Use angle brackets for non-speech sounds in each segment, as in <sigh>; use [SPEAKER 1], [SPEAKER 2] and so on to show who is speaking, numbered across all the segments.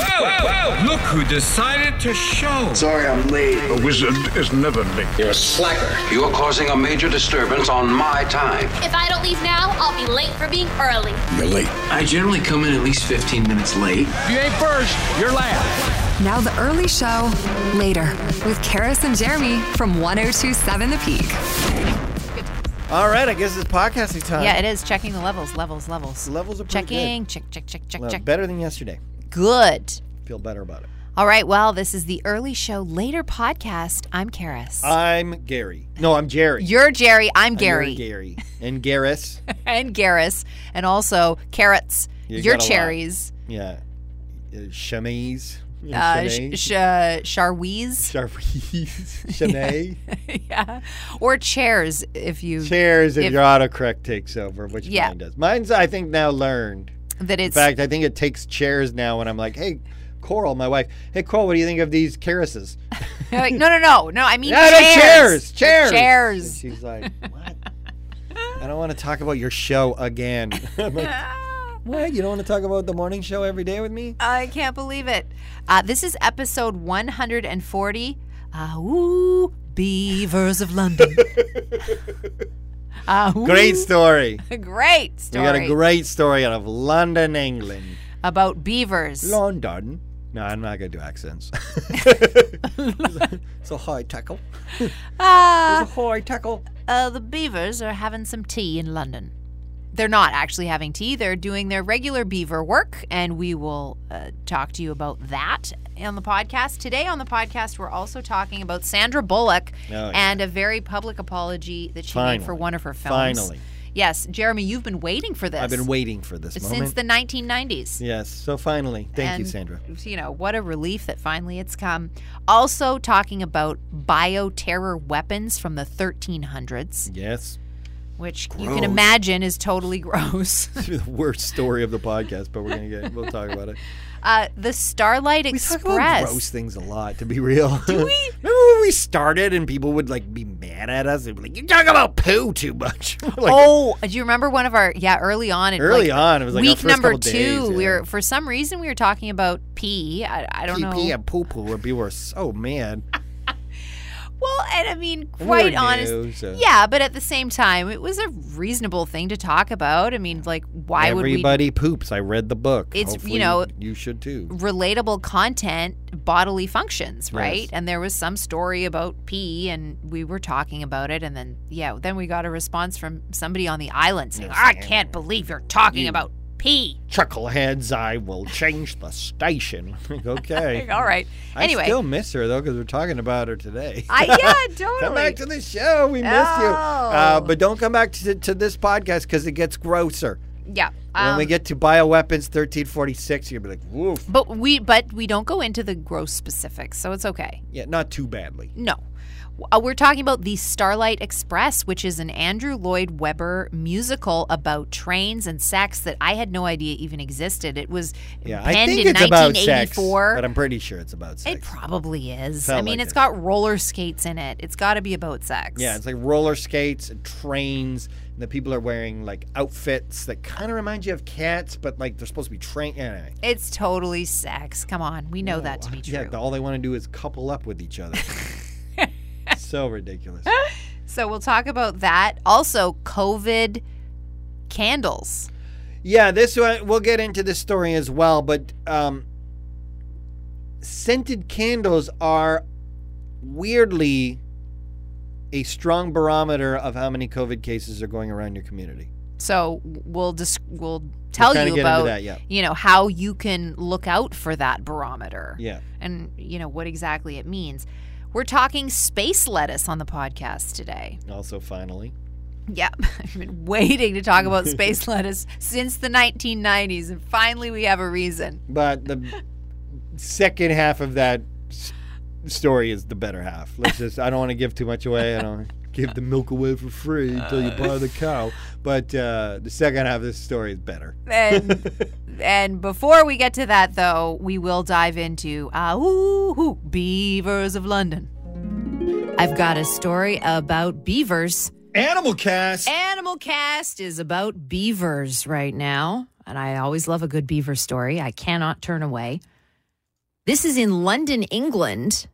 [SPEAKER 1] whoa, Look who decided to show.
[SPEAKER 2] Sorry I'm late.
[SPEAKER 3] A wizard is never late.
[SPEAKER 4] You're a slacker.
[SPEAKER 5] You're causing a major disturbance on my time.
[SPEAKER 6] If I don't leave now, I'll be late for being early.
[SPEAKER 4] You're late.
[SPEAKER 7] I generally come in at least 15 minutes late.
[SPEAKER 8] If you ain't first, you're last.
[SPEAKER 9] Now the early show later with Karis and Jeremy from 1027 The Peak.
[SPEAKER 10] All right, I guess it's podcasting time.
[SPEAKER 11] Yeah, it is. Checking the levels, levels, levels.
[SPEAKER 10] Levels are pretty
[SPEAKER 11] checking.
[SPEAKER 10] good.
[SPEAKER 11] Check, check, check, check,
[SPEAKER 10] Well,
[SPEAKER 11] check.
[SPEAKER 10] Better than yesterday.
[SPEAKER 11] Good.
[SPEAKER 10] Feel better about it.
[SPEAKER 11] All right. Well, this is the early show later podcast. I'm Karis.
[SPEAKER 10] I'm Gary. No, I'm Jerry.
[SPEAKER 11] You're Jerry. I'm
[SPEAKER 10] And
[SPEAKER 11] Gary.
[SPEAKER 10] you're Gary. And Garris.
[SPEAKER 11] and Garris, and also carrots. <laughs>
[SPEAKER 10] You
[SPEAKER 11] your
[SPEAKER 10] got a lot.
[SPEAKER 11] cherries.
[SPEAKER 10] yeah. Uh, Shamiz.
[SPEAKER 11] Uh, sh- sh- uh, charwees. <laughs>
[SPEAKER 10] Shariz. Shanae.
[SPEAKER 11] yeah. Or chairs if you
[SPEAKER 10] Chairs if,
[SPEAKER 11] If-
[SPEAKER 10] your autocorrect takes over, which
[SPEAKER 11] Yeah.
[SPEAKER 10] mine does. Mine's, I think, now learned.
[SPEAKER 11] that
[SPEAKER 10] In
[SPEAKER 11] it's
[SPEAKER 10] fact, I think it takes chairs now when I'm like, hey, Coral, my wife, hey, Coral, what do you think of these Karises?
[SPEAKER 11] You're like, <laughs> no no no no I mean
[SPEAKER 10] Yeah, no,
[SPEAKER 11] chairs
[SPEAKER 10] chairs, chairs. And
[SPEAKER 11] chairs
[SPEAKER 10] she's like, <laughs> what? I don't want to talk about your show again. <laughs> I'm like, what? You don't want to talk about the morning show every day with me?
[SPEAKER 11] I can't believe it. Uh, this is episode 140. Ah, ooh, Beavers of
[SPEAKER 10] <laughs>
[SPEAKER 11] London. Ah, ooh,
[SPEAKER 10] Great <laughs> story.
[SPEAKER 11] great
[SPEAKER 10] We got
[SPEAKER 11] story
[SPEAKER 10] a mm-hmm. great story out of London, England.
[SPEAKER 11] about beavers.
[SPEAKER 10] London. No, I'm not going to do <laughs> accents. it's a high <laughs> tackle.
[SPEAKER 11] Ah,
[SPEAKER 10] high tackle.
[SPEAKER 11] uh, the beavers are having some tea in London. They're not actually having tea. They're doing their regular beaver work, and we will uh, talk to you about that on the podcast. Today on the podcast, we're also talking about Sandra Bullock
[SPEAKER 10] Oh, yeah.
[SPEAKER 11] and a very public apology that she made for
[SPEAKER 10] Finally.
[SPEAKER 11] one of her films.
[SPEAKER 10] Finally.
[SPEAKER 11] Yes, Jeremy, you've been waiting for this.
[SPEAKER 10] I've been waiting for this
[SPEAKER 11] since
[SPEAKER 10] moment.
[SPEAKER 11] the 1990s.
[SPEAKER 10] yes, so finally. Thank you,
[SPEAKER 11] And,
[SPEAKER 10] Sandra.
[SPEAKER 11] You know, what a relief that finally it's come. Also, talking about bioterror weapons from the 1300s,
[SPEAKER 10] Yes. <laughs>
[SPEAKER 11] which you can imagine is totally <laughs> gross.
[SPEAKER 10] the worst story of the podcast, but we're going to get, we'll talk about it.
[SPEAKER 11] Uh, the Starlight
[SPEAKER 10] We
[SPEAKER 11] Express.
[SPEAKER 10] talk about gross things a lot, to be real.
[SPEAKER 11] <laughs>
[SPEAKER 10] Do we? <laughs> Remember when we started and people would like be mad at us? They'd be like, "You talk about poo too much." <laughs> We're like,
[SPEAKER 11] Oh, do you remember one of our yeah early on? It,
[SPEAKER 10] Early
[SPEAKER 11] like,
[SPEAKER 10] on, it was like our
[SPEAKER 11] week
[SPEAKER 10] first
[SPEAKER 11] number two.
[SPEAKER 10] couple days,
[SPEAKER 11] We
[SPEAKER 10] yeah.
[SPEAKER 11] were for some reason we were talking about pee. I, I don't
[SPEAKER 10] pee,
[SPEAKER 11] know.
[SPEAKER 10] pee and poo poo, and people were so mad.
[SPEAKER 11] Well, and I mean,
[SPEAKER 10] And we
[SPEAKER 11] quite
[SPEAKER 10] were
[SPEAKER 11] honest.
[SPEAKER 10] new, so
[SPEAKER 11] Yeah, but at the same time, it was a reasonable thing to talk about. I mean, like, why would
[SPEAKER 10] Everybody poops. I read the book.
[SPEAKER 11] It's, you
[SPEAKER 10] Hopefully
[SPEAKER 11] know-
[SPEAKER 10] you should too.
[SPEAKER 11] we relatable content bodily functions, right?
[SPEAKER 10] Yes.
[SPEAKER 11] And there was some story about pee, and we were talking about it, and then yeah, then we got a response from somebody on the island saying, "I can't believe you're talking about
[SPEAKER 10] <laughs>
[SPEAKER 11] pee."
[SPEAKER 10] Chuckleheads, I will change the station. <laughs> Like, okay.
[SPEAKER 11] Like, All right. <laughs> Anyway,
[SPEAKER 10] I still miss her though because we're talking about her today. <laughs>
[SPEAKER 11] I yeah, totally.
[SPEAKER 10] Come back to the show. We miss you. Uh,
[SPEAKER 11] Oh.
[SPEAKER 10] but don't come back to, to this podcast because it gets grosser.
[SPEAKER 11] yeah.
[SPEAKER 10] when we
[SPEAKER 11] um,
[SPEAKER 10] get to bioweapons 1346, you'll be like, woof.
[SPEAKER 11] but we but we don't go into the gross specifics, so it's okay.
[SPEAKER 10] Yeah, not too badly.
[SPEAKER 11] No. Uh, We're talking about The Starlight Express, which is an Andrew Lloyd Webber musical about trains and sex that I had no idea even existed. It was
[SPEAKER 10] Yeah, I
[SPEAKER 11] penned
[SPEAKER 10] think
[SPEAKER 11] in
[SPEAKER 10] it's about sex,
[SPEAKER 11] 1984.
[SPEAKER 10] but I'm pretty sure it's about sex.
[SPEAKER 11] it probably is.
[SPEAKER 10] Felt
[SPEAKER 11] I mean,
[SPEAKER 10] like
[SPEAKER 11] it's
[SPEAKER 10] it.
[SPEAKER 11] got roller skates in it. It's got to be about sex.
[SPEAKER 10] yeah, it's like roller skates and trains, and the people are wearing like outfits that kind of remind you of cats, but like they're supposed to be eh, train. Anyway.
[SPEAKER 11] It's totally sex. Come on, we know that to be true.
[SPEAKER 10] Yeah, all they want to do is couple up with
[SPEAKER 11] <laughs>
[SPEAKER 10] each other. so ridiculous.
[SPEAKER 11] so we'll talk about that. Also, COVID candles.
[SPEAKER 10] Yeah, this one we'll get into this story as well, but um, scented candles are weirdly a strong barometer of how many COVID cases are going around your community.
[SPEAKER 11] So we'll just we'll tell
[SPEAKER 10] kinda
[SPEAKER 11] you
[SPEAKER 10] get into
[SPEAKER 11] about
[SPEAKER 10] that, yeah.
[SPEAKER 11] you know how you can look out for that barometer
[SPEAKER 10] Yeah,
[SPEAKER 11] and you know what exactly it means. We're talking space lettuce on the podcast today.
[SPEAKER 10] also finally.
[SPEAKER 11] Yep, <laughs> I've been waiting to talk
[SPEAKER 10] <laughs>
[SPEAKER 11] about space lettuce since the 1990s, and finally we have a reason.
[SPEAKER 10] But the second half of that s- story is the better half. Let's just, I don't want to give too much away. I don't <laughs> give the milk away for free until you buy the cow. But uh, the second half of this story is better.
[SPEAKER 11] And and before we get to that, though, we will dive into ah ooh, ooh, beavers of London. I've got a story about beavers.
[SPEAKER 10] Animal cast.
[SPEAKER 11] Animal Cast is about beavers right now, and I always love a good beaver story. I cannot turn away. This is in London, England,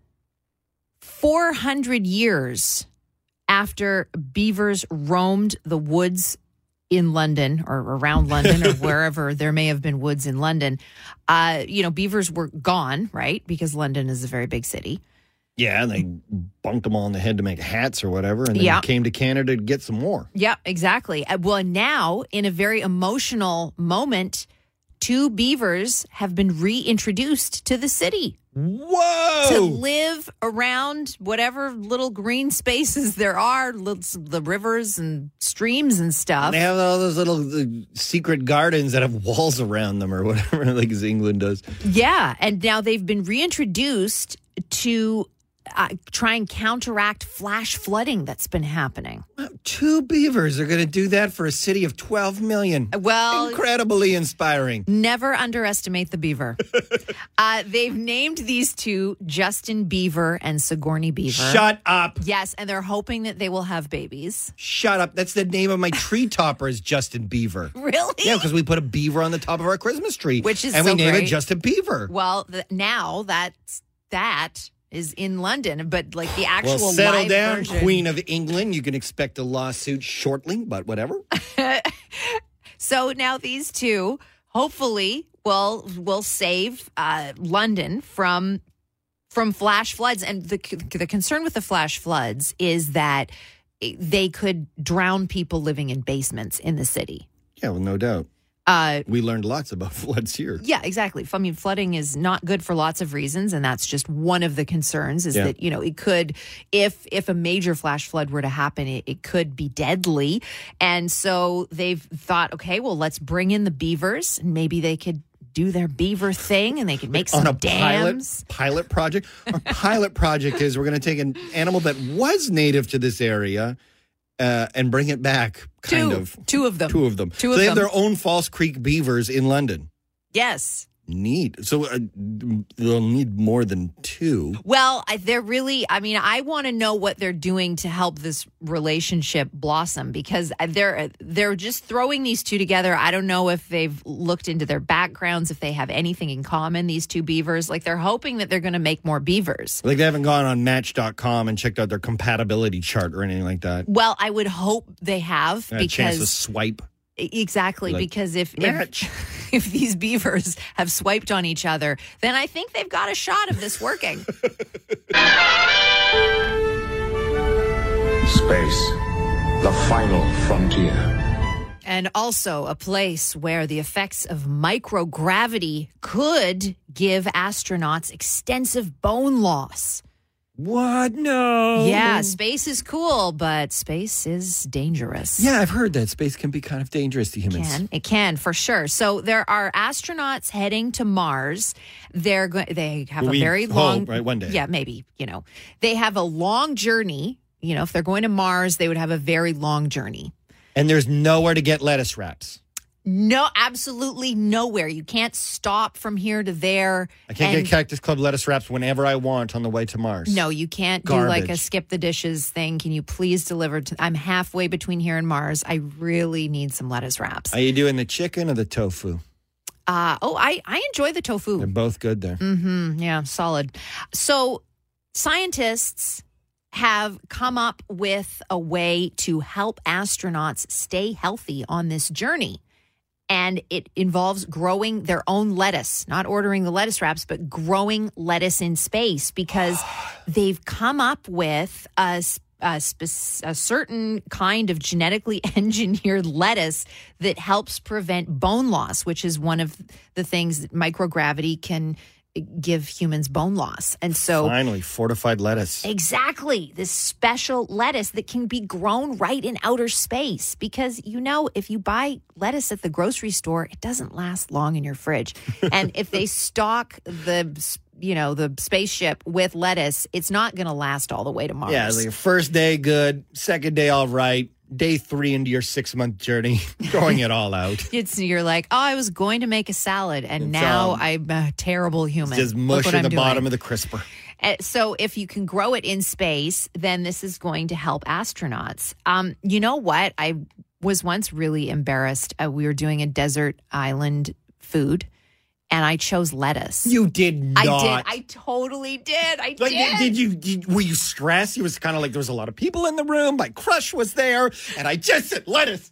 [SPEAKER 11] 400 years after beavers roamed the woods in London or around London or wherever there may have been woods in London. Uh, you know, beavers were gone, right? Because London is a very big city.
[SPEAKER 10] Yeah, and they bunked them all on the head to make hats or whatever, and then
[SPEAKER 11] Yeah.
[SPEAKER 10] came to Canada to get some more.
[SPEAKER 11] Yeah, exactly. Uh, Well, now in a very emotional moment, two beavers have been reintroduced to the city to
[SPEAKER 10] Whoa!
[SPEAKER 11] live around whatever little green spaces there are, lit- the rivers and streams and stuff.
[SPEAKER 10] They have all those little uh, secret gardens that have walls around them or <laughs> whatever, like as England does.
[SPEAKER 11] Yeah, and now they've been reintroduced to uh, try and counteract flash flooding that's been happening.
[SPEAKER 10] Wow, two beavers are going to do that for a city of 12 million.
[SPEAKER 11] Well,
[SPEAKER 10] Incredibly inspiring.
[SPEAKER 11] Never underestimate the beaver. uh, they've named these two Justin Beaver and Sigourney Beaver.
[SPEAKER 10] Shut up.
[SPEAKER 11] Yes, and they're hoping that they will have
[SPEAKER 10] <laughs>
[SPEAKER 11] babies.
[SPEAKER 10] Shut up. That's the name of my tree topper is Justin Beaver.
[SPEAKER 11] Really?
[SPEAKER 10] Yeah, because we put a beaver on the top of our Christmas tree.
[SPEAKER 11] Which is
[SPEAKER 10] And
[SPEAKER 11] so
[SPEAKER 10] we named
[SPEAKER 11] great.
[SPEAKER 10] it Justin Beaver.
[SPEAKER 11] Well, th- now that's that is in London, but like the actual
[SPEAKER 10] Well, settle
[SPEAKER 11] live
[SPEAKER 10] down,
[SPEAKER 11] version-
[SPEAKER 10] Queen of England. You can expect a lawsuit shortly,
[SPEAKER 11] <laughs>
[SPEAKER 10] but whatever.
[SPEAKER 11] So now these two hopefully will will save uh, London from from flash floods. And the the concern with the flash floods is that eh, they could drown people living in basements in the city.
[SPEAKER 10] Yeah, well, no doubt.
[SPEAKER 11] Uh,
[SPEAKER 10] We learned lots about <laughs> floods here.
[SPEAKER 11] yeah, exactly. I mean, flooding is not good for lots of reasons, and that's just one of the concerns. Is
[SPEAKER 10] Yeah.
[SPEAKER 11] that you know it could, if if a major flash flood were to happen, it, it could be deadly. And so they've thought, okay, well, let's bring in the beavers, and maybe they could do their beaver thing, and they could make some
[SPEAKER 10] on a
[SPEAKER 11] dams.
[SPEAKER 10] pilot pilot project.
[SPEAKER 11] <laughs>
[SPEAKER 10] Our pilot project is we're going to take an animal that was native to this area uh, and bring it back. Kind
[SPEAKER 11] two,
[SPEAKER 10] of
[SPEAKER 11] two of them.
[SPEAKER 10] two of them.
[SPEAKER 11] Two
[SPEAKER 10] so
[SPEAKER 11] of
[SPEAKER 10] they
[SPEAKER 11] them.
[SPEAKER 10] have their own False Creek beavers in London.
[SPEAKER 11] yes.
[SPEAKER 10] Neat. So uh, they'll need more than two.
[SPEAKER 11] Well, I- they're really, I mean, I want to know what they're doing to help this relationship blossom because uh, they're they're just throwing these two together. I don't know if they've looked into their backgrounds, if they have anything in common these two beavers. Like they're hoping that they're going to make more beavers.
[SPEAKER 10] Like they haven't gone on Match.com and checked out their compatibility chart or anything like that.
[SPEAKER 11] Well, I would hope they have
[SPEAKER 10] Had a chance to
[SPEAKER 11] because E,
[SPEAKER 10] swipe.
[SPEAKER 11] exactly
[SPEAKER 10] like,
[SPEAKER 11] because if
[SPEAKER 10] "Match."
[SPEAKER 11] if <laughs> if these beavers have swiped on each other, then I think they've got a shot of this working.
[SPEAKER 3] Space, the final frontier.
[SPEAKER 11] And also a place where the effects of microgravity could give astronauts extensive bone loss.
[SPEAKER 10] What? No.
[SPEAKER 11] Yeah, space is cool, but space is dangerous.
[SPEAKER 10] Yeah, I've heard that space can be kind of dangerous to
[SPEAKER 11] It
[SPEAKER 10] humans.
[SPEAKER 11] can. It can for sure. So there are astronauts heading to Mars. They're going. They have
[SPEAKER 10] We
[SPEAKER 11] a very long.
[SPEAKER 10] hope, right, one day.
[SPEAKER 11] Yeah, maybe. You know, they have a long journey. You know, if they're going to Mars, they would have a very long journey.
[SPEAKER 10] And there's nowhere to get lettuce wraps.
[SPEAKER 11] No, absolutely nowhere. You can't stop from here to there.
[SPEAKER 10] I can't
[SPEAKER 11] and-
[SPEAKER 10] get Cactus Club lettuce wraps whenever I want on the way to Mars.
[SPEAKER 11] No, you can't do like a
[SPEAKER 10] Garbage.
[SPEAKER 11] skip the dishes thing. Can you please deliver to I'm halfway between here and Mars. I really need some lettuce wraps.
[SPEAKER 10] Are you doing the chicken or the tofu?
[SPEAKER 11] uh oh, I I enjoy the tofu.
[SPEAKER 10] They're both good there.
[SPEAKER 11] Mm, yeah, solid. So, scientists have come up with a way to help astronauts stay healthy on this journey. And it involves growing their own lettuce, not ordering the lettuce wraps, but growing lettuce in space because they've come up with a, s- a spec- a certain kind of genetically <laughs> engineered lettuce that helps prevent bone loss, which is one of the things that microgravity can give humans bone loss. And so.
[SPEAKER 10] Finally, fortified lettuce.
[SPEAKER 11] Exactly. This special lettuce that can be grown right in outer space. Because, you know, if you buy lettuce at the grocery store, it doesn't last long in your
[SPEAKER 10] <laughs>
[SPEAKER 11] fridge. and if they stock the, you know, the spaceship with lettuce, it's not going to last all the way to Mars.
[SPEAKER 10] Yeah, it's like first day good, second day all right, day three into your six month journey, <laughs> throwing it all out.
[SPEAKER 11] it's you're like, oh, I was going to make a salad, and
[SPEAKER 10] It's,
[SPEAKER 11] now
[SPEAKER 10] um,
[SPEAKER 11] I'm a terrible human. <laughs>
[SPEAKER 10] Just
[SPEAKER 11] Look
[SPEAKER 10] mush
[SPEAKER 11] what
[SPEAKER 10] at
[SPEAKER 11] I'm
[SPEAKER 10] the
[SPEAKER 11] doing.
[SPEAKER 10] bottom of the crisper.
[SPEAKER 11] Uh, So if you can grow it in space, then this is going to help astronauts. Um, you know what? I was once really embarrassed. Uh, we were doing a desert island food, and I chose lettuce.
[SPEAKER 10] You did not.
[SPEAKER 11] I did. I totally did. I
[SPEAKER 10] like,
[SPEAKER 11] did.
[SPEAKER 10] did, you? Did, were you stressed? It was kind of like there was a lot of people in the room. My crush was there, and I just said lettuce.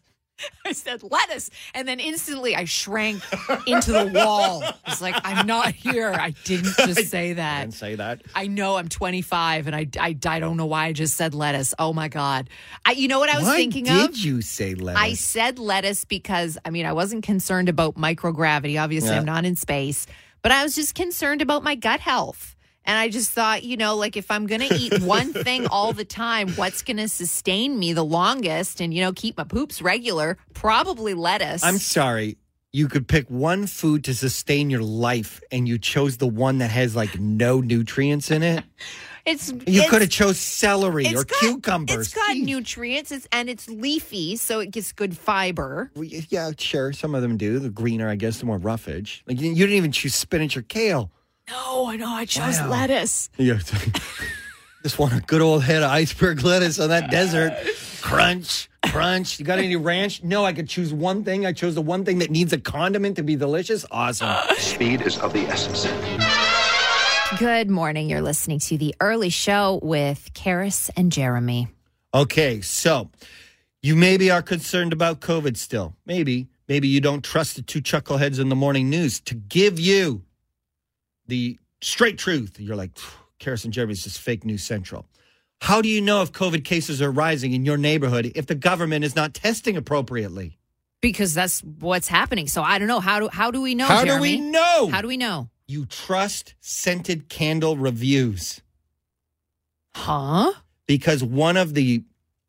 [SPEAKER 11] I said lettuce, and then instantly I shrank into the wall. It's like I'm not here. I didn't just say
[SPEAKER 10] And
[SPEAKER 11] that.
[SPEAKER 10] say that.
[SPEAKER 11] I know I'm 25, and I, I I don't know why I just said lettuce. Oh my god! I you know what I was
[SPEAKER 10] Why
[SPEAKER 11] thinking
[SPEAKER 10] did
[SPEAKER 11] of?
[SPEAKER 10] you say
[SPEAKER 11] I
[SPEAKER 10] lettuce?
[SPEAKER 11] said lettuce because I mean I wasn't concerned about microgravity. Obviously,
[SPEAKER 10] Yeah.
[SPEAKER 11] I'm not in space, but I was just concerned about my gut health. And I just thought, you know, like if I'm going to
[SPEAKER 10] <laughs>
[SPEAKER 11] eat one thing all the time, what's going to sustain me the longest and you know keep my poops regular? Probably lettuce.
[SPEAKER 10] I'm sorry. You could pick one food to sustain your life, and you chose the one that has like no nutrients in it.
[SPEAKER 11] it's
[SPEAKER 10] You
[SPEAKER 11] it's-
[SPEAKER 10] could have chose celery
[SPEAKER 11] it's
[SPEAKER 10] or
[SPEAKER 11] got-
[SPEAKER 10] cucumbers.
[SPEAKER 11] It's got
[SPEAKER 10] Jeez.
[SPEAKER 11] nutrients, it's, and it's leafy, so it gets good fiber.
[SPEAKER 10] Well, y- Yeah, sure. Some of them do. The greener, I guess, the more roughage. Like you, you didn't even choose spinach or kale.
[SPEAKER 11] No, Oh, I know. I chose
[SPEAKER 10] Wow.
[SPEAKER 11] lettuce.
[SPEAKER 10] Yeah. <laughs> Just want a good old head of iceberg lettuce on that desert. Crunch, crunch. You got any ranch? No, I could choose one thing. I chose the one thing that needs a condiment to be delicious. Awesome.
[SPEAKER 2] Speed is of the essence.
[SPEAKER 11] Good morning. You're listening to The Early Show with Karis and Jeremy.
[SPEAKER 10] Okay, so you maybe are concerned about COVID still. Maybe. Maybe you don't trust the two chuckleheads in the morning news to give you the straight truth. You're like, "Phew, Karis and Jeremy's just fake news central. How do you know if COVID cases are rising in your neighborhood if the government is not testing appropriately?
[SPEAKER 11] Because that's what's happening. So I don't know. How do how do we know?
[SPEAKER 10] How do
[SPEAKER 11] Jeremy?
[SPEAKER 10] we know?
[SPEAKER 11] How do we know?
[SPEAKER 10] you trust scented candle reviews?
[SPEAKER 11] Huh?
[SPEAKER 10] because one of the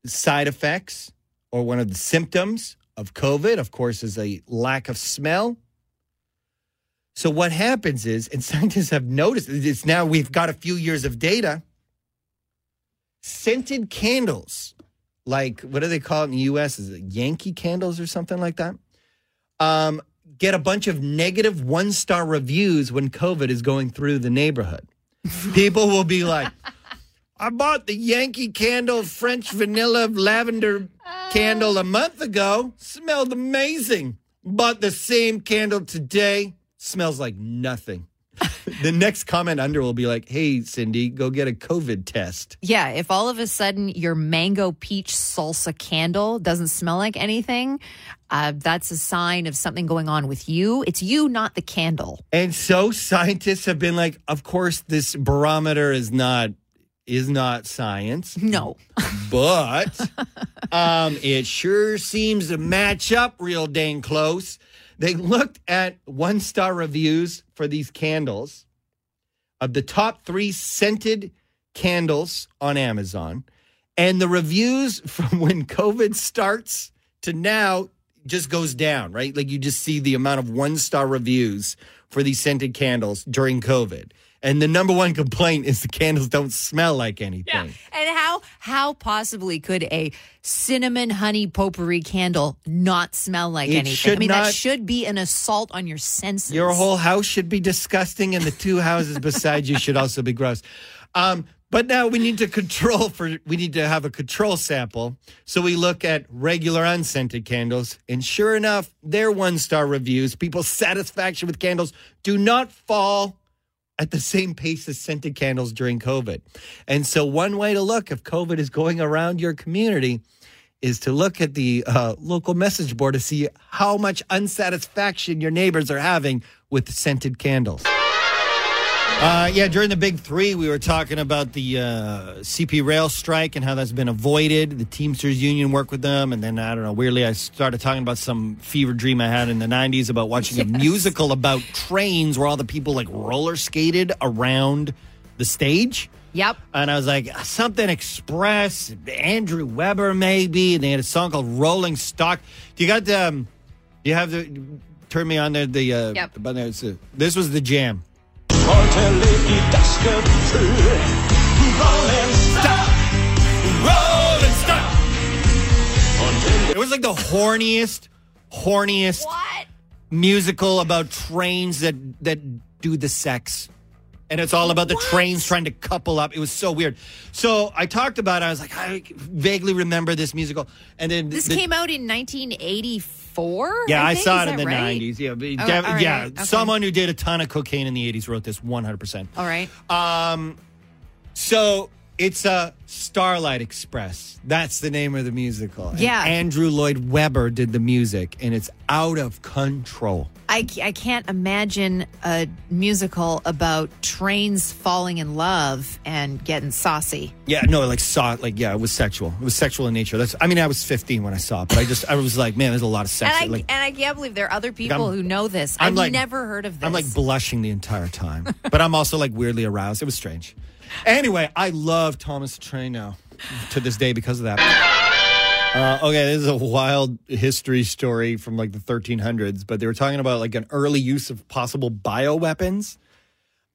[SPEAKER 10] side effects or one of the symptoms of COVID, of course, is a lack of smell. So what happens is, and <laughs> scientists have noticed, it's now we've got a few years of data. Scented candles, like what do they call it in the U.S.? Is it Yankee candles or something like that? Um, get a bunch of negative one-star reviews when COVID is going through the neighborhood. People will be like. I bought the Yankee Candle French Vanilla Lavender candle a month ago. Smelled amazing. Bought the same candle today. Smells like nothing. <laughs> the next comment under will be like, hey, Cindy, go get a COVID test.
[SPEAKER 11] Yeah, if all of a sudden your mango peach salsa candle doesn't smell like anything, uh, that's a sign of something going on with you. It's you, not the candle.
[SPEAKER 10] And so scientists have been like, of course, this barometer is not is not science.
[SPEAKER 11] No.
[SPEAKER 10] but um, it sure seems to match up real dang close. They looked at one star reviews for these candles of the top three scented candles on Amazon. And the reviews <laughs> from when COVID starts to now just goes down, right? Like you just see the amount of one star reviews for these scented candles during COVID. And the number one complaint is the candles don't smell like anything.
[SPEAKER 11] And how how possibly could a cinnamon honey potpourri candle not smell like
[SPEAKER 10] It
[SPEAKER 11] anything? I
[SPEAKER 10] should
[SPEAKER 11] mean, that
[SPEAKER 10] not-
[SPEAKER 11] should be an assault on your senses.
[SPEAKER 10] Your whole house should be disgusting, and the two houses beside you should also be gross. Um, but now we need to control for we need to have a control sample. So we look at regular unscented candles, and sure enough, their one star reviews, people's satisfaction with candles do not fall at the same pace as scented candles during COVID. And so one way to look if COVID is going around your community is to look at the uh, local message board to see how much unsatisfaction your neighbors are having with scented candles. Uh, yeah, during the big three, we were talking about the uh, CP rail strike and how that's been avoided. The Teamsters Union worked with them. And then, I don't know, weirdly, I started talking about some fever dream I had in the 90s about watching a musical about trains where all the people like roller skated around the stage.
[SPEAKER 11] Yep.
[SPEAKER 10] And I was like, something Express, Andrew Weber, maybe. And they had a song called Rolling Stock. Do you got the, um, do you have the, turn me on there, the, uh,
[SPEAKER 11] Yep.
[SPEAKER 10] but no, it's, uh, this was the jam. It was like the horniest, horniest
[SPEAKER 11] What?
[SPEAKER 10] musical about trains that, that do the sex. And it's all about the trains trying to couple up. It was so weird. So I talked about it. I was like, I vaguely remember this musical. And then
[SPEAKER 11] This
[SPEAKER 10] the-
[SPEAKER 11] came out in 1984.
[SPEAKER 10] yeah, I,
[SPEAKER 11] I, think?
[SPEAKER 10] saw
[SPEAKER 11] Is
[SPEAKER 10] it in
[SPEAKER 11] that
[SPEAKER 10] the
[SPEAKER 11] right?
[SPEAKER 10] 90s. Yeah, but
[SPEAKER 11] Oh,
[SPEAKER 10] def-
[SPEAKER 11] all right,
[SPEAKER 10] yeah.
[SPEAKER 11] okay.
[SPEAKER 10] Someone who did a ton of cocaine in the 80s wrote this 100%.
[SPEAKER 11] All right.
[SPEAKER 10] Um, so it's a Starlight Express. That's the name of the musical. And
[SPEAKER 11] Yeah.
[SPEAKER 10] Andrew Lloyd Webber did the music, and it's out of control.
[SPEAKER 11] I, I can't imagine a musical about trains falling in love and getting saucy.
[SPEAKER 10] Yeah, no, like saw it. Like, yeah, it was sexual. It was sexual in nature. That's. I mean, I was 15 when I saw it, but I just, I was like, man, there's a lot of sex.
[SPEAKER 11] And I,
[SPEAKER 10] like,
[SPEAKER 11] and I can't believe there are other people
[SPEAKER 10] I'm-
[SPEAKER 11] who know this.
[SPEAKER 10] I'm
[SPEAKER 11] I've
[SPEAKER 10] like-
[SPEAKER 11] never heard of this.
[SPEAKER 10] I'm like blushing the entire time, but I'm also like weirdly aroused. It was strange. Anyway, I love Thomas Train now to this day because of that. Uh, okay, this is a wild history story from like the 1300s, but they were talking about like an early use of possible bioweapons.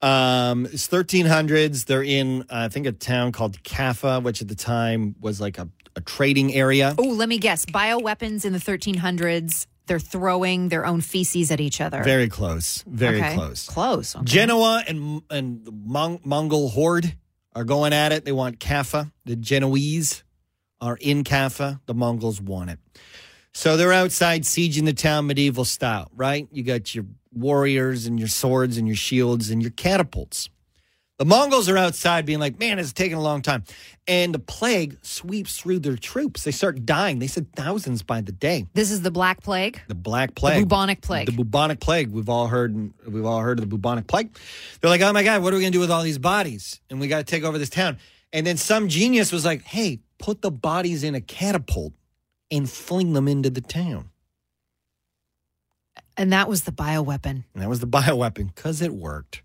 [SPEAKER 10] Um, it's 1300s. They're in, uh, I think, a town called Kaffa, which at the time was like a, a trading area.
[SPEAKER 11] oh, let me guess. Bioweapons in the 1300s. They're throwing their own feces at each other.
[SPEAKER 10] Very close. Very
[SPEAKER 11] Okay.
[SPEAKER 10] close.
[SPEAKER 11] Close. okay.
[SPEAKER 10] Genoa and and the Mon- Mongol horde are going at it. They want Kaffa. The Genoese are in Kaffa. The Mongols want it. So they're outside sieging the town medieval style, right? You got your warriors and your swords and your shields and your catapults. The Mongols are outside being like, man, it's taking a long time. And the plague sweeps through their troops. They start dying. They said thousands by the day.
[SPEAKER 11] This is the Black Plague.
[SPEAKER 10] The Black Plague,
[SPEAKER 11] bubonic plague.
[SPEAKER 10] the bubonic plague. We've all heard, we've all heard of the bubonic plague. They're like, oh my god, what are we gonna do with all these bodies? And we got to take over this town. And then some genius was like, hey, put the bodies in a catapult and fling them into the town.
[SPEAKER 11] And that was the bioweapon.
[SPEAKER 10] And that was the <laughs> bioweapon because it worked.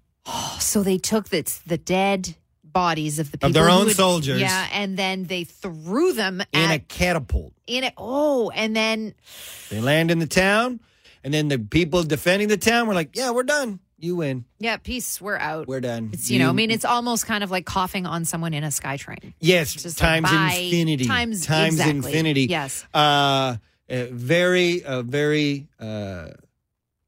[SPEAKER 11] So they took the, the dead bodies of the people
[SPEAKER 10] Of their
[SPEAKER 11] who
[SPEAKER 10] own
[SPEAKER 11] had-
[SPEAKER 10] soldiers.
[SPEAKER 11] Yeah, and then they threw them
[SPEAKER 10] In
[SPEAKER 11] at
[SPEAKER 10] a catapult,
[SPEAKER 11] in it. Oh, and then
[SPEAKER 10] they land in the town, and then the people defending the town were like, yeah, we're done. You win.
[SPEAKER 11] yeah, peace. We're out.
[SPEAKER 10] We're done.
[SPEAKER 11] It's you know, I mean, it's almost kind of like coughing on someone in a SkyTrain.
[SPEAKER 10] Yes,
[SPEAKER 11] Just like,
[SPEAKER 10] times
[SPEAKER 11] bye.
[SPEAKER 10] infinity.
[SPEAKER 11] Times- exactly.
[SPEAKER 10] infinity.
[SPEAKER 11] Yes.
[SPEAKER 10] Uh, uh, very, uh, very. Uh,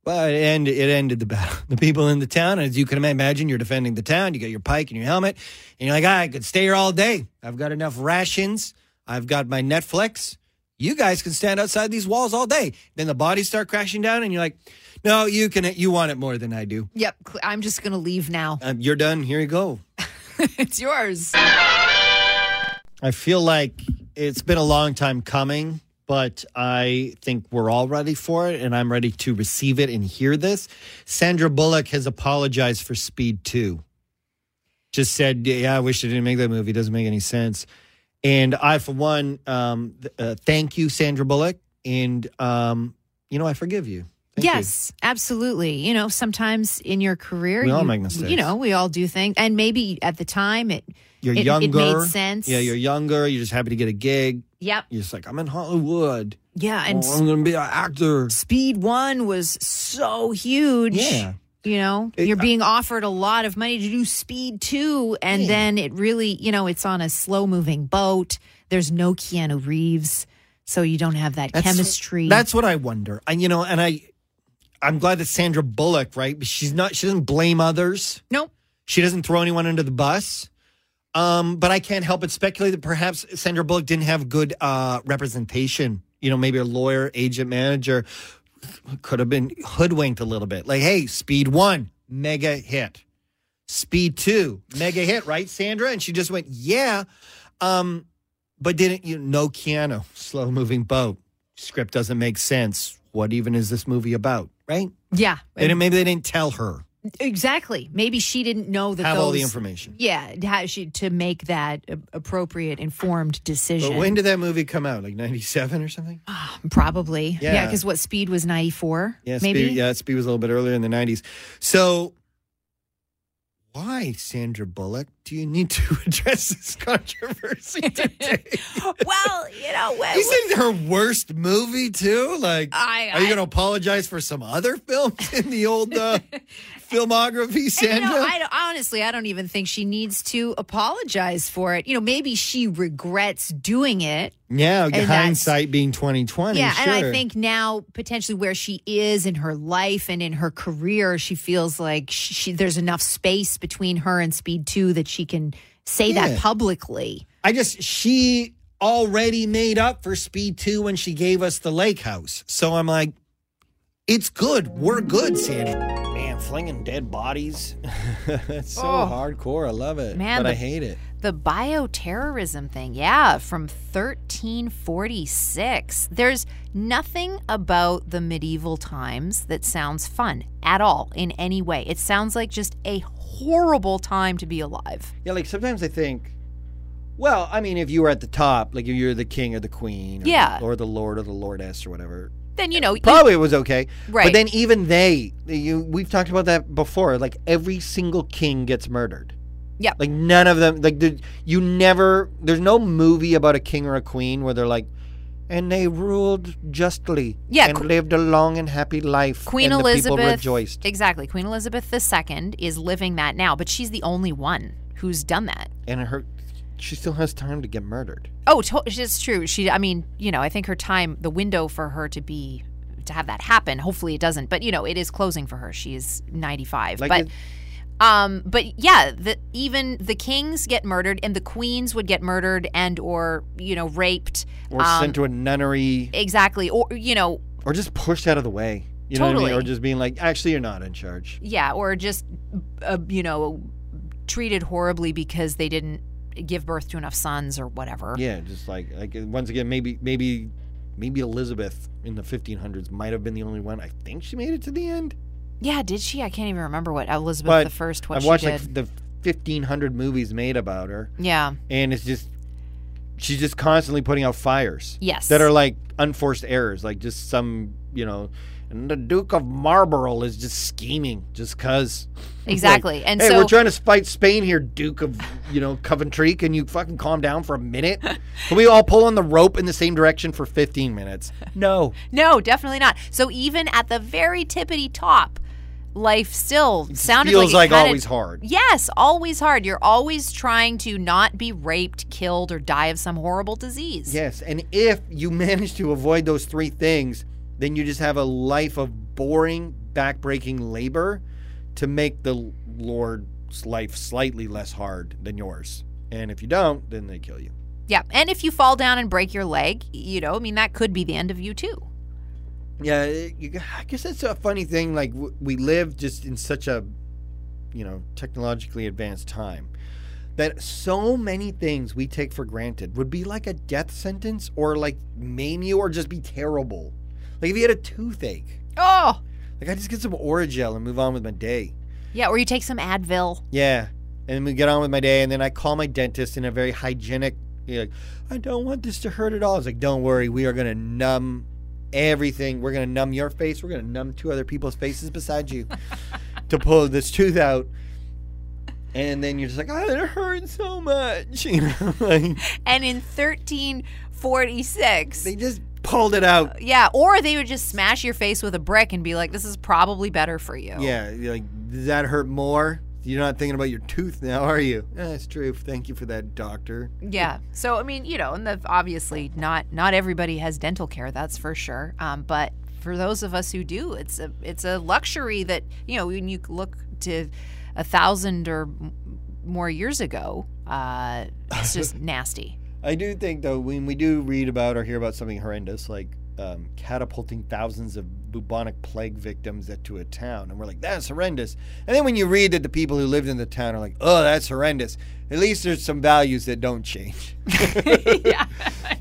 [SPEAKER 10] well, it ended. It ended the battle. <laughs> The people in the town, as you can imagine, you're defending the town. You got your pike and your helmet, and you're like, "Ah, I could stay here all day. I've got enough rations. I've got my Netflix. You guys can stand outside these walls all day. Then the bodies start crashing down, and you're like, No, you can. You want it more than I do.
[SPEAKER 11] Yep, cl- I'm just gonna leave
[SPEAKER 10] <laughs>
[SPEAKER 11] now.
[SPEAKER 10] Um, you're done. Here you go.
[SPEAKER 11] it's yours.
[SPEAKER 10] I feel like it's been a long time coming, but I think we're all ready for it, and I'm ready to receive it and hear this. Sandra Bullock has apologized for Speed 2. Just said, Yeah, I wish I didn't make that movie. It doesn't make any sense. And I, for one, um, th- uh, thank you, Sandra Bullock. And, um, you know, I forgive you. Thank you.
[SPEAKER 11] yes, absolutely. You know, sometimes in your career,
[SPEAKER 10] We all
[SPEAKER 11] you,
[SPEAKER 10] make mistakes.
[SPEAKER 11] You know, we all do things, and maybe at the time it.
[SPEAKER 10] You're
[SPEAKER 11] it- it
[SPEAKER 10] younger.
[SPEAKER 11] made sense.
[SPEAKER 10] Yeah, you're younger. You're just happy to get a gig.
[SPEAKER 11] Yep.
[SPEAKER 10] You're just like, I'm in Hollywood.
[SPEAKER 11] Yeah, and
[SPEAKER 10] Oh, I'm going to be an actor.
[SPEAKER 11] Speed One was so huge.
[SPEAKER 10] Yeah.
[SPEAKER 11] You know,
[SPEAKER 10] It- uh,
[SPEAKER 11] you're being offered a lot of money to do Speed 2, and then it really, you know, it's on a slow moving boat. There's no Keanu Reeves, so you don't have that
[SPEAKER 10] That's-
[SPEAKER 11] chemistry.
[SPEAKER 10] That's what I wonder. And you know, and I I'm glad that Sandra Bullock, right? She's not she doesn't blame others.
[SPEAKER 11] nope.
[SPEAKER 10] She doesn't throw anyone under the bus. Um, but I can't help but speculate that perhaps Sandra Bullock didn't have good uh representation. You know, maybe a lawyer, agent, manager could have been hoodwinked a little bit. Like, hey, speed one, mega hit. Speed two, mega hit, right, Sandra? And she just went, yeah. Um, but didn't you no Keanu, slow moving boat. Script doesn't make sense. What even is this movie about? Right?
[SPEAKER 11] Yeah.
[SPEAKER 10] They didn't, maybe they didn't tell her
[SPEAKER 11] exactly. Maybe she didn't know that
[SPEAKER 10] have
[SPEAKER 11] those,
[SPEAKER 10] all the information.
[SPEAKER 11] Yeah, how she to make that a- appropriate informed decision.
[SPEAKER 10] But when did that movie come out? Like ninety seven or something?
[SPEAKER 11] Uh, Probably.
[SPEAKER 10] Yeah.
[SPEAKER 11] Yeah, because what Speed was 94?
[SPEAKER 10] Yeah,
[SPEAKER 11] maybe.
[SPEAKER 10] Speed, yeah, Speed was a little bit earlier in the nineties. So why, Sandra Bullock, do you need to <laughs> address this
[SPEAKER 11] <laughs>
[SPEAKER 10] controversy today?
[SPEAKER 11] <gasps> Well, you
[SPEAKER 10] <laughs>
[SPEAKER 11] know, when,
[SPEAKER 10] Is it her worst movie too? Like,
[SPEAKER 11] I-
[SPEAKER 10] are you
[SPEAKER 11] I- <laughs>
[SPEAKER 10] going to apologize for some other films in the old uh,
[SPEAKER 4] filmography,
[SPEAKER 11] And,
[SPEAKER 4] Sandra?
[SPEAKER 11] You know, I don't- honestly, I don't even think she needs to apologize for it. You know, maybe she regrets doing it.
[SPEAKER 4] yeah,
[SPEAKER 11] that's-
[SPEAKER 4] hindsight being twenty twenty.
[SPEAKER 11] yeah, and I
[SPEAKER 4] sure.
[SPEAKER 11] think now potentially where she is in her life and in her career, she feels like she there's enough space between her and Speed Two that she can say that
[SPEAKER 4] Yeah.
[SPEAKER 11] publicly.
[SPEAKER 4] I just she already made up for Speed Two when she gave us the Lake House. So I'm like, it's good. We're good, Sandy. Man, flinging dead
[SPEAKER 10] <laughs>
[SPEAKER 4] bodies. That's so
[SPEAKER 12] Oh.
[SPEAKER 4] hardcore. I love it,
[SPEAKER 12] Man,
[SPEAKER 4] but I
[SPEAKER 12] the-
[SPEAKER 4] hate it.
[SPEAKER 12] The bioterrorism thing, yeah, from 1346. There's nothing about the medieval times that sounds fun at all in any way. It sounds like just a horrible time to be alive.
[SPEAKER 10] Yeah, like sometimes I think, well, I mean, if you were at the top, like if you're the king or the queen, or,
[SPEAKER 12] Yeah.
[SPEAKER 10] or the lord or the lordess or whatever,
[SPEAKER 12] Then, you know, you-
[SPEAKER 10] probably it was okay. But
[SPEAKER 12] Right.
[SPEAKER 10] then even they, you, we've talked about that before. Like every single king gets murdered.
[SPEAKER 12] Yep.
[SPEAKER 10] Like none of them. Like there- you never. There's no movie about a king or a queen where they're like, and they ruled justly.
[SPEAKER 12] Yeah,
[SPEAKER 10] And
[SPEAKER 12] Qu-
[SPEAKER 10] lived a long and happy life.
[SPEAKER 12] Queen
[SPEAKER 10] and
[SPEAKER 12] Elizabeth.
[SPEAKER 10] The people rejoiced.
[SPEAKER 12] Exactly. Queen Elizabeth II is living that now, but she's the only one who's done that.
[SPEAKER 10] And her, she still has time to get murdered.
[SPEAKER 12] Oh, to- it's true. She, I mean, you know, I think her time, the window for her to be, to have that happen. Hopefully, it doesn't. But you know, it is closing for her. She is ninety five.
[SPEAKER 10] Like
[SPEAKER 12] but,
[SPEAKER 10] it-
[SPEAKER 12] um, but yeah, the even the kings get murdered, and the queens would get murdered and or you know raped.
[SPEAKER 10] Or
[SPEAKER 12] um,
[SPEAKER 10] sent to a nunnery.
[SPEAKER 12] exactly, or you know,
[SPEAKER 10] or just pushed out of the way. You know what I mean? Or
[SPEAKER 12] Totally.
[SPEAKER 10] just being like, actually, you're not in charge.
[SPEAKER 12] yeah, or just uh, you know treated horribly because they didn't give birth to enough sons or whatever.
[SPEAKER 10] Yeah, just like like uh, once again, maybe maybe maybe Elizabeth in the 1500s might have been the only one. I think she made it to the end.
[SPEAKER 12] Yeah, did she? I can't even remember what Elizabeth
[SPEAKER 10] But
[SPEAKER 12] the first. What
[SPEAKER 10] I've
[SPEAKER 12] she
[SPEAKER 10] watched
[SPEAKER 12] did.
[SPEAKER 10] like the 1500 movies made about her,
[SPEAKER 12] yeah.
[SPEAKER 10] and it's just she's just constantly putting out fires.
[SPEAKER 12] Yes.
[SPEAKER 10] that are like unforced errors, like just some you know. And the Duke of Marlborough is just scheming, just cause. Like,
[SPEAKER 12] Exactly. And
[SPEAKER 10] hey,
[SPEAKER 12] so
[SPEAKER 10] we're trying to fight Spain here, Duke of you know Coventry. Can you fucking calm down for
[SPEAKER 12] <laughs>
[SPEAKER 10] a minute? Can we all pull on the rope in the same direction for 15 minutes?
[SPEAKER 12] <laughs>
[SPEAKER 10] No.
[SPEAKER 12] no, definitely not. So even at the very tippity top, life still sounded
[SPEAKER 10] feels
[SPEAKER 12] like,
[SPEAKER 10] like
[SPEAKER 12] it kinda-
[SPEAKER 10] always hard.
[SPEAKER 12] Yes, always hard. You're always trying to not be raped, killed, or die of some horrible disease.
[SPEAKER 10] Yes, and if you manage to avoid those three things, then you just have a life of boring, backbreaking labor to make the Lord's life slightly less hard than yours. And if you don't, then they kill you.
[SPEAKER 12] Yeah. And if you fall down and break your leg, you know, I mean, that could be the end of you too.
[SPEAKER 10] Yeah, it- you, g- I guess that's a funny thing. Like w- we live just in such a, you know, technologically advanced time that so many things we take for granted would be like a death sentence or like maim you or just be terrible. Like if you had a toothache,
[SPEAKER 12] Oh,
[SPEAKER 10] like I just get some Oragel and move on with my day.
[SPEAKER 12] yeah. Or you take some Advil.
[SPEAKER 10] Yeah, and we get on with my day, and then I call my dentist in a very hygienic. You're like, I don't want this to hurt at all. It's like, don't worry, we are gonna numb everything. We're gonna numb your face. We're gonna numb two other people's faces beside <laughs> you to pull this tooth out. And then you're just like, oh, it hurts so much. <laughs> You know, like,
[SPEAKER 12] And in 1346,
[SPEAKER 10] they just pulled it out.
[SPEAKER 12] yeah. Or they would just smash your face with a brick and be like, this is probably better for you.
[SPEAKER 10] Yeah, you're like does that hurt more? You're not thinking about your tooth now, are you? Yeah, that's true. Thank you for that, doctor.
[SPEAKER 12] Yeah. So I mean, you know, and the, obviously not not everybody has dental care. That's for sure. Um, but for those of us who do, it's a it's a luxury that you know when you look to a thousand or m- more years ago, uh, it's just
[SPEAKER 10] <laughs>
[SPEAKER 12] nasty.
[SPEAKER 10] I do think though when we do read about or hear about something horrendous like um, catapulting thousands of bubonic plague victims to a town, and we're like, that's horrendous. And then when you read that the people who lived in the town are like, oh, that's horrendous. At least there's some values that don't
[SPEAKER 12] <laughs>
[SPEAKER 10] change. <laughs>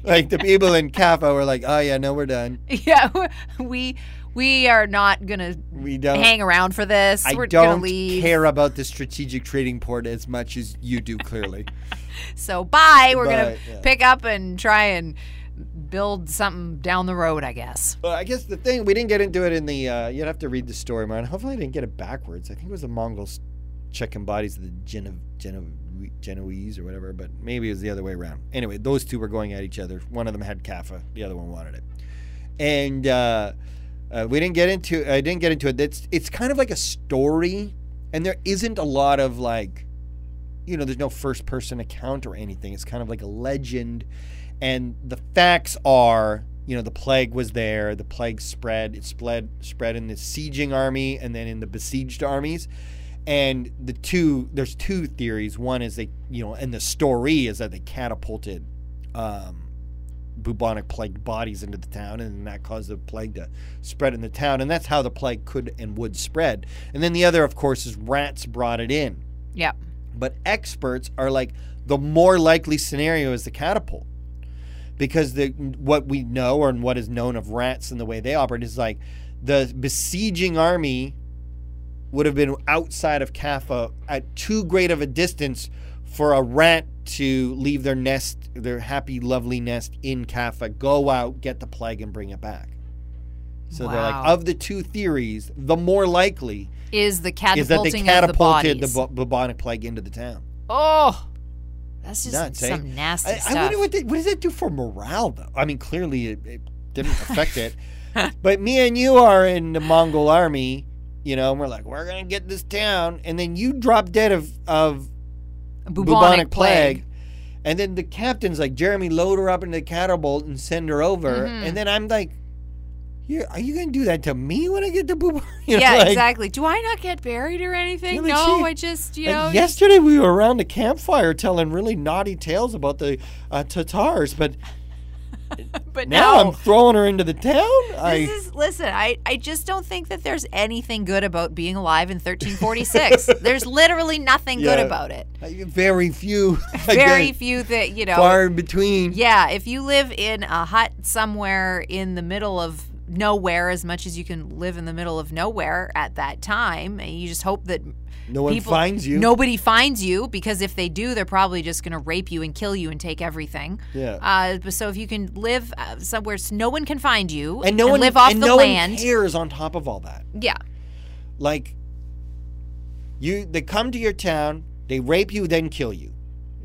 [SPEAKER 10] Like the people in Kaffa were like, oh yeah, no, we're done.
[SPEAKER 12] Yeah, <laughs> we we are not gonna
[SPEAKER 10] We don't.
[SPEAKER 12] hang around for this.
[SPEAKER 10] I
[SPEAKER 12] We're
[SPEAKER 10] don't
[SPEAKER 12] gonna leave.
[SPEAKER 10] care about the strategic trading port as much as you do. Clearly,
[SPEAKER 12] So bye. We're gonna
[SPEAKER 10] Bye, yeah.
[SPEAKER 12] pick up and try and build something down the road. I guess.
[SPEAKER 10] Well, I guess the thing we didn't get into it in the. Uh, you'd have to read the story, man. Hopefully, I didn't get it backwards. I think it was the Mongols checking bodies of the Geno- Geno- Genoese or whatever, but maybe it was the other way around. Anyway, those two were going at each other. One of them had Kaffa, the other one wanted it, and uh, uh, we didn't get into. I didn't get into it. It's it's kind of like a story and there isn't a lot of like you know there's no first person account or anything it's kind of like a legend and the facts are you know the plague was there the plague spread it spread spread in the sieging army and then in the besieged armies and the two there's two theories one is they you know and the story is that they catapulted um bubonic plague bodies into the town, and that caused the plague to spread in the town. And that's how the plague could and would spread. And then the other, of course, is rats brought it in.
[SPEAKER 12] Yep.
[SPEAKER 10] But experts are like the more likely scenario is the catapult. Because the what we know or what is known of rats and the way they operate is like the besieging army would have been outside of Kaffa at too great of a distance for a rat to leave their nest, their happy, lovely nest in Kaffa, go out, get the plague, and bring it back. So they're
[SPEAKER 12] Wow.
[SPEAKER 10] like, of the two theories, the more likely
[SPEAKER 12] Is the
[SPEAKER 10] is that
[SPEAKER 12] catapulting
[SPEAKER 10] they
[SPEAKER 12] of the bodies?
[SPEAKER 10] catapulted the, bu- bubonic plague into the town.
[SPEAKER 12] oh, that's just
[SPEAKER 10] Nuts, eh?
[SPEAKER 12] some nasty
[SPEAKER 10] I,
[SPEAKER 12] stuff.
[SPEAKER 10] I wonder what, they, what does that do for morale, though. I mean, clearly it, it
[SPEAKER 12] <laughs>
[SPEAKER 10] didn't affect it. But me and you are in the Mongol army, you know, and we're like, we're gonna get this town, and then you drop dead of of bubonic plague. And then the captain's like, Jeremy, load her up into the catapult and send her over.
[SPEAKER 12] Mm-hmm.
[SPEAKER 10] And then I'm like, you are you going to do that to me when I get the bubonic? <laughs> You know,
[SPEAKER 12] yeah,
[SPEAKER 10] like-
[SPEAKER 12] exactly. Do I not get buried or anything?
[SPEAKER 10] Yeah, like
[SPEAKER 12] no,
[SPEAKER 10] she-
[SPEAKER 12] I just you
[SPEAKER 10] like,
[SPEAKER 12] know.
[SPEAKER 10] yesterday we were around the campfire telling really naughty tales about the uh, Tatars, but
[SPEAKER 12] but
[SPEAKER 10] now
[SPEAKER 12] no.
[SPEAKER 10] I'm throwing her into the town. I
[SPEAKER 12] This is, listen, I, I just don't think that there's anything good about being alive in
[SPEAKER 10] <laughs>
[SPEAKER 12] 1346. there's literally nothing
[SPEAKER 10] Yeah.
[SPEAKER 12] good about it.
[SPEAKER 10] I- very few, <laughs>
[SPEAKER 12] Very
[SPEAKER 10] again,
[SPEAKER 12] few that, you know.
[SPEAKER 10] far in between.
[SPEAKER 12] Yeah, if you live in a hut somewhere in the middle of nowhere, as much as you can live in the middle of nowhere at that time, and you just hope that
[SPEAKER 10] No one
[SPEAKER 12] people-
[SPEAKER 10] finds you.
[SPEAKER 12] Nobody finds you because if they do, they're probably just going to rape you and kill you and take everything.
[SPEAKER 10] Yeah.
[SPEAKER 12] Uh, but so if you can live uh, somewhere s- no one can find you
[SPEAKER 10] and no one
[SPEAKER 12] live off
[SPEAKER 10] and
[SPEAKER 12] the
[SPEAKER 10] no
[SPEAKER 12] land,
[SPEAKER 10] one cares on top of all that.
[SPEAKER 12] yeah,
[SPEAKER 10] like you they come to your town they rape you then kill you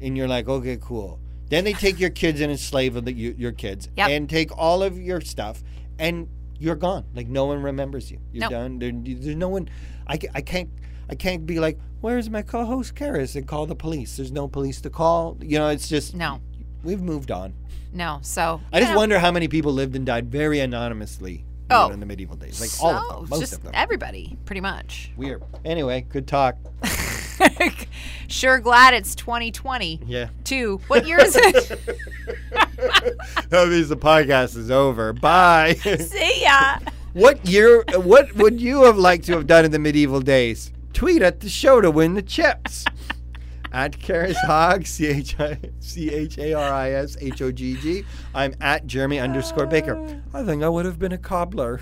[SPEAKER 10] and you're like okay cool then they take your kids and enslave the, your, your kids
[SPEAKER 12] Yep.
[SPEAKER 10] and take all of your stuff and you're gone like no one remembers you you're
[SPEAKER 12] Nope.
[SPEAKER 10] done there, there's no one I, ca- I can't i can't be like where's my co-host Karis and call the police there's no police to call you know it's just
[SPEAKER 12] no,
[SPEAKER 10] we've moved on
[SPEAKER 12] no. So
[SPEAKER 10] i just
[SPEAKER 12] you know,
[SPEAKER 10] wonder how many people lived and died very anonymously you know,
[SPEAKER 12] Oh.
[SPEAKER 10] in the medieval days like all
[SPEAKER 12] so,
[SPEAKER 10] of them most
[SPEAKER 12] just
[SPEAKER 10] of them
[SPEAKER 12] everybody, pretty much. <laughs>
[SPEAKER 10] weird anyway good talk
[SPEAKER 12] sure, glad it's 2020.
[SPEAKER 10] yeah
[SPEAKER 12] Two. What year is
[SPEAKER 10] <laughs>
[SPEAKER 12] it?
[SPEAKER 10] That means the podcast is
[SPEAKER 12] <laughs>
[SPEAKER 10] over. Bye.
[SPEAKER 12] See ya.
[SPEAKER 10] what year? What would you have liked to have done in the medieval days? Tweet at the show to win the <laughs> chips. at Karis Hogg, C H I C H A R I S H O G G. I'm at Jeremy underscore Baker. I think I would have been
[SPEAKER 12] <laughs>
[SPEAKER 10] a cobbler.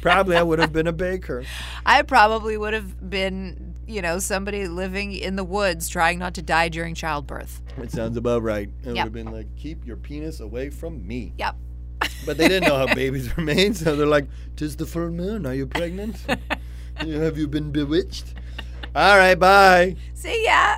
[SPEAKER 10] Probably I would have been a baker.
[SPEAKER 12] I probably would have been, you know, somebody living in the woods trying not to die during childbirth.
[SPEAKER 10] It sounds about right. It would
[SPEAKER 12] Yep.
[SPEAKER 10] have been like, keep your penis away from me.
[SPEAKER 12] Yep.
[SPEAKER 10] But they didn't know how babies <laughs> were made, so they're like, "Tis the full moon. Are you pregnant? Have you been bewitched?" All right, bye.
[SPEAKER 12] See ya.